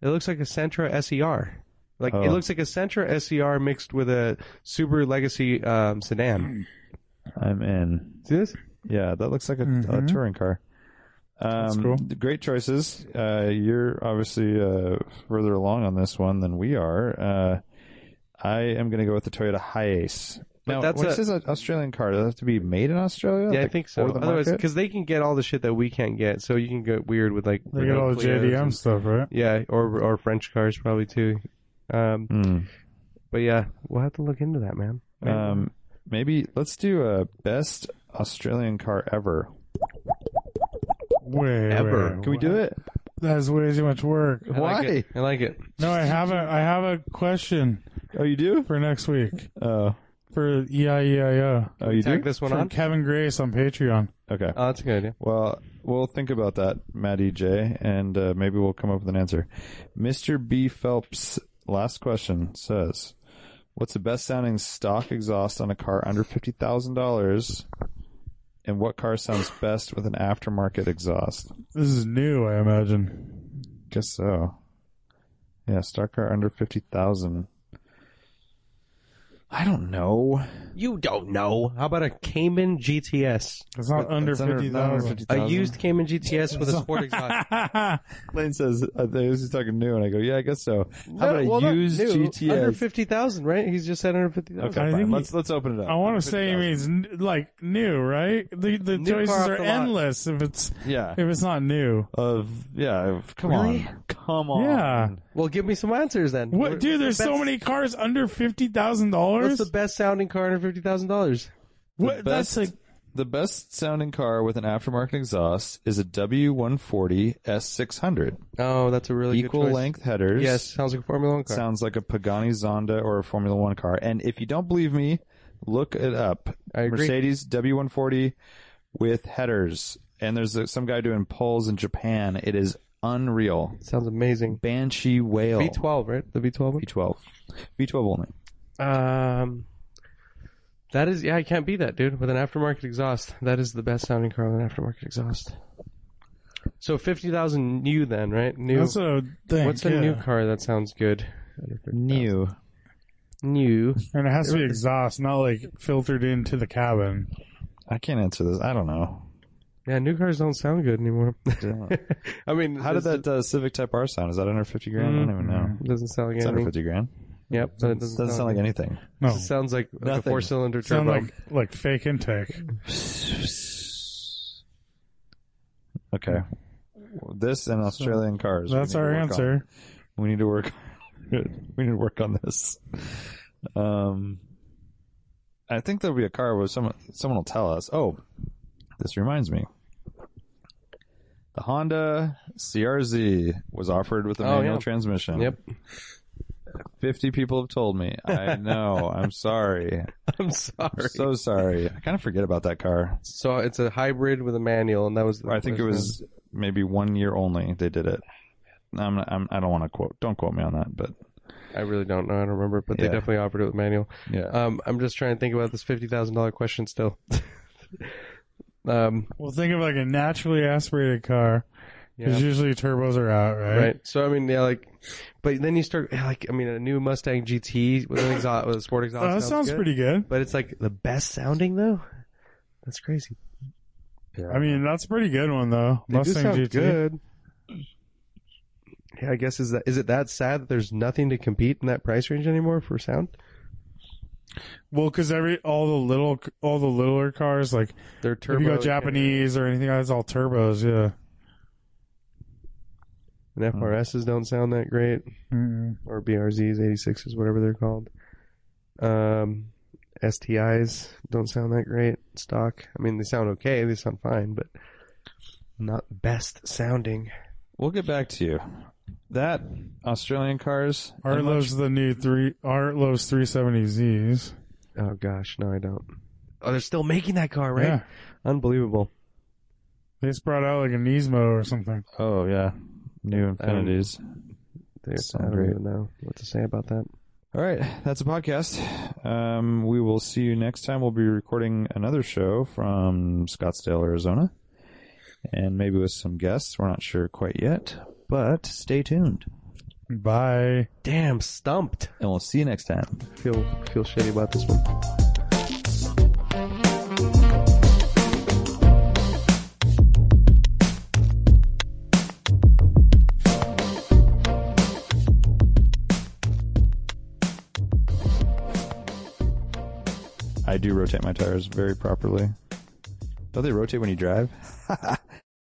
It looks like a Sentra SER. Like it
Oh.
looks like a Sentra SER mixed with a Subaru Legacy um, sedan.
I'm in.
See this?
Yeah, that looks like a,
Mm-hmm.
a
Mhm.
touring car. Um,
cool.
th- Great choices. Uh, you're obviously uh, further along on this one than we are. Uh, I am going to go with the Toyota Hiace.
But
Now,
that's
when
a-
it says an Australian car, does it have to be made in Australia?
Yeah, I
Like,
think
for
so.
the
Otherwise,
market?
because they can get all the shit that we can't get, so you can get weird with like.
They get all the
Renault Clios
JDM
and-
stuff, right?
Yeah, or or French cars probably too. Um,
Hmm.
but yeah, we'll have to look into that, man.
Um, maybe let's do a best Australian car ever.
Way
Ever.
way-
Can we do it?
That's way too much work.
I like
Why?
it. I like it.
No, I have a I have a question
Oh, you do?
for next week
Oh,
for E EIEIO.
oh, you
Tag
do.
this one
for
on.
Kevin Grace on Patreon.
Okay.
Oh, that's a good idea.
Well, we'll think about that, Matty J, and uh, maybe we'll come up with an answer. Mr. B. Phelps, last question says, "What's the best sounding stock exhaust on a car under fifty thousand dollars?" And what car sounds best with an aftermarket exhaust?
This is new, I imagine.
Guess so. Yeah, stock car under fifty thousand. I don't know.
You don't know. How about a Cayman GTS?
It's not under
It's
fifty
not under
thousand.
50,000.
A used Cayman GTS with a sport exhaust.
Lane says, uh, "I think he's talking new," and I go, "Yeah, I guess so." How about a used GTS
Under 50,000, right? He's just said under 50,000.
Okay,
I
fine.
think he-
let's let's open it up.
I want to say it
50,000.
means n- like new, right? The the
New
choices
car off
are
the lot.
endless if it's
yeah.
if it's not new.
Of yeah, of- come on, come on.
Yeah.
Well, give me some answers then.
What, dude? There's so
best-
many cars under fifty thousand
What's
dollars.
the best sounding car under $50,000?
What? That's
best-
like
The best sounding car with an aftermarket exhaust is a W140 S600.
Oh, that's a really
Equal
good choice.
length headers.
Yes, sounds like a Formula One car.
Sounds like a Pagani Zonda or a Formula One car. And if you don't believe me, look it up.
I agree.
Mercedes W140 with headers. And there's uh, some guy doing polls in Japan. It is unreal.
sounds amazing.
Banshee whale.
V12, right? The V12 one?
V12. V12 only.
Um, that is, yeah, I can't beat that, dude. With an aftermarket exhaust, that is the best sounding car with an aftermarket exhaust. So fifty thousand new, then, right? New.
that's a thing.
What's a
yeah.
new car that sounds good?
New.
New.
And it has to be exhaust, not like filtered into the cabin.
I can't answer this. I don't know.
Yeah, new cars don't sound good anymore.
Yeah.
I mean,
How did
does
that uh, Civic Type R sound? Is that under fifty grand? I don't even know.
it doesn't sound like
It's under
anything.
fifty grand.
Yep, but it doesn't,
Doesn't sound like anything.
No,
It sounds like, like a
Nothing.
four-cylinder turbo.
sound like like fake intake.
Okay. This and Australian cars. we
That's
need to
our
work on.
answer.
We need to work. we need to work on this. Um, I think there'll be a car where someone someone will tell us. Oh, this reminds me. The Honda CRZ was offered with a
Oh,
manual
yeah.
transmission.
yep.
Fifty people have told me. I know. I'm sorry.
I'm sorry.
I'm so sorry. I kind of forget about that car.
So it's a hybrid with a manual, and that was.
I think it was maybe one year only they did it. I'm not, I'm, I don't want to quote. Don't quote me on that. But
I really don't know. I don't remember, but
Yeah.
they definitely offered it with manual.
yeah, Uh,
Um, I'm just trying to think about this fifty thousand dollar question still. um,
Well, think of like a naturally aspirated car.
yeah.
Because usually turbos are out, right?
Right. So I mean, yeah, like, but then you start yeah, like, I mean, a new Mustang GT with an exhaust, with a sport exhaust.
Oh, that sounds
good.
pretty good.
But it's like the best sounding though. That's crazy.
I mean, that's a pretty good one though.
They do
Mustang
sound
GT.
good. Yeah, I guess is that is it that sad that there's nothing to compete in that price range anymore for sound?
Well, because every all the little all the littler cars like
They're turbo.
if you go Japanese or anything, that's all turbos. Yeah.
And FRSs don't sound that great,
Mm-mm.
or BRZs, 86s, whatever they're called. Um, STIs don't sound that great stock. I mean, they sound okay, they sound fine, but not best sounding.
We'll get back to you. That Australian cars.
Art loves the new three. Art loves 370Zs.
Oh gosh, no, I don't. Oh, they're still making that car, right?
Yeah.
Unbelievable.
They just brought out like an Nismo or something.
Oh yeah, new Infinities.
They, I
Sound
don't
great.
even know what to say about that.
All right, that's a podcast. Um, we will see you next time. We'll be recording another show from Scottsdale, Arizona, and maybe with some guests. We're not sure quite yet, but stay tuned,
Bye.
Damn, stumped.
and we'll see you next time.
Feel feel shitty about this one.
I do rotate my tires very properly. Don't they rotate when you drive?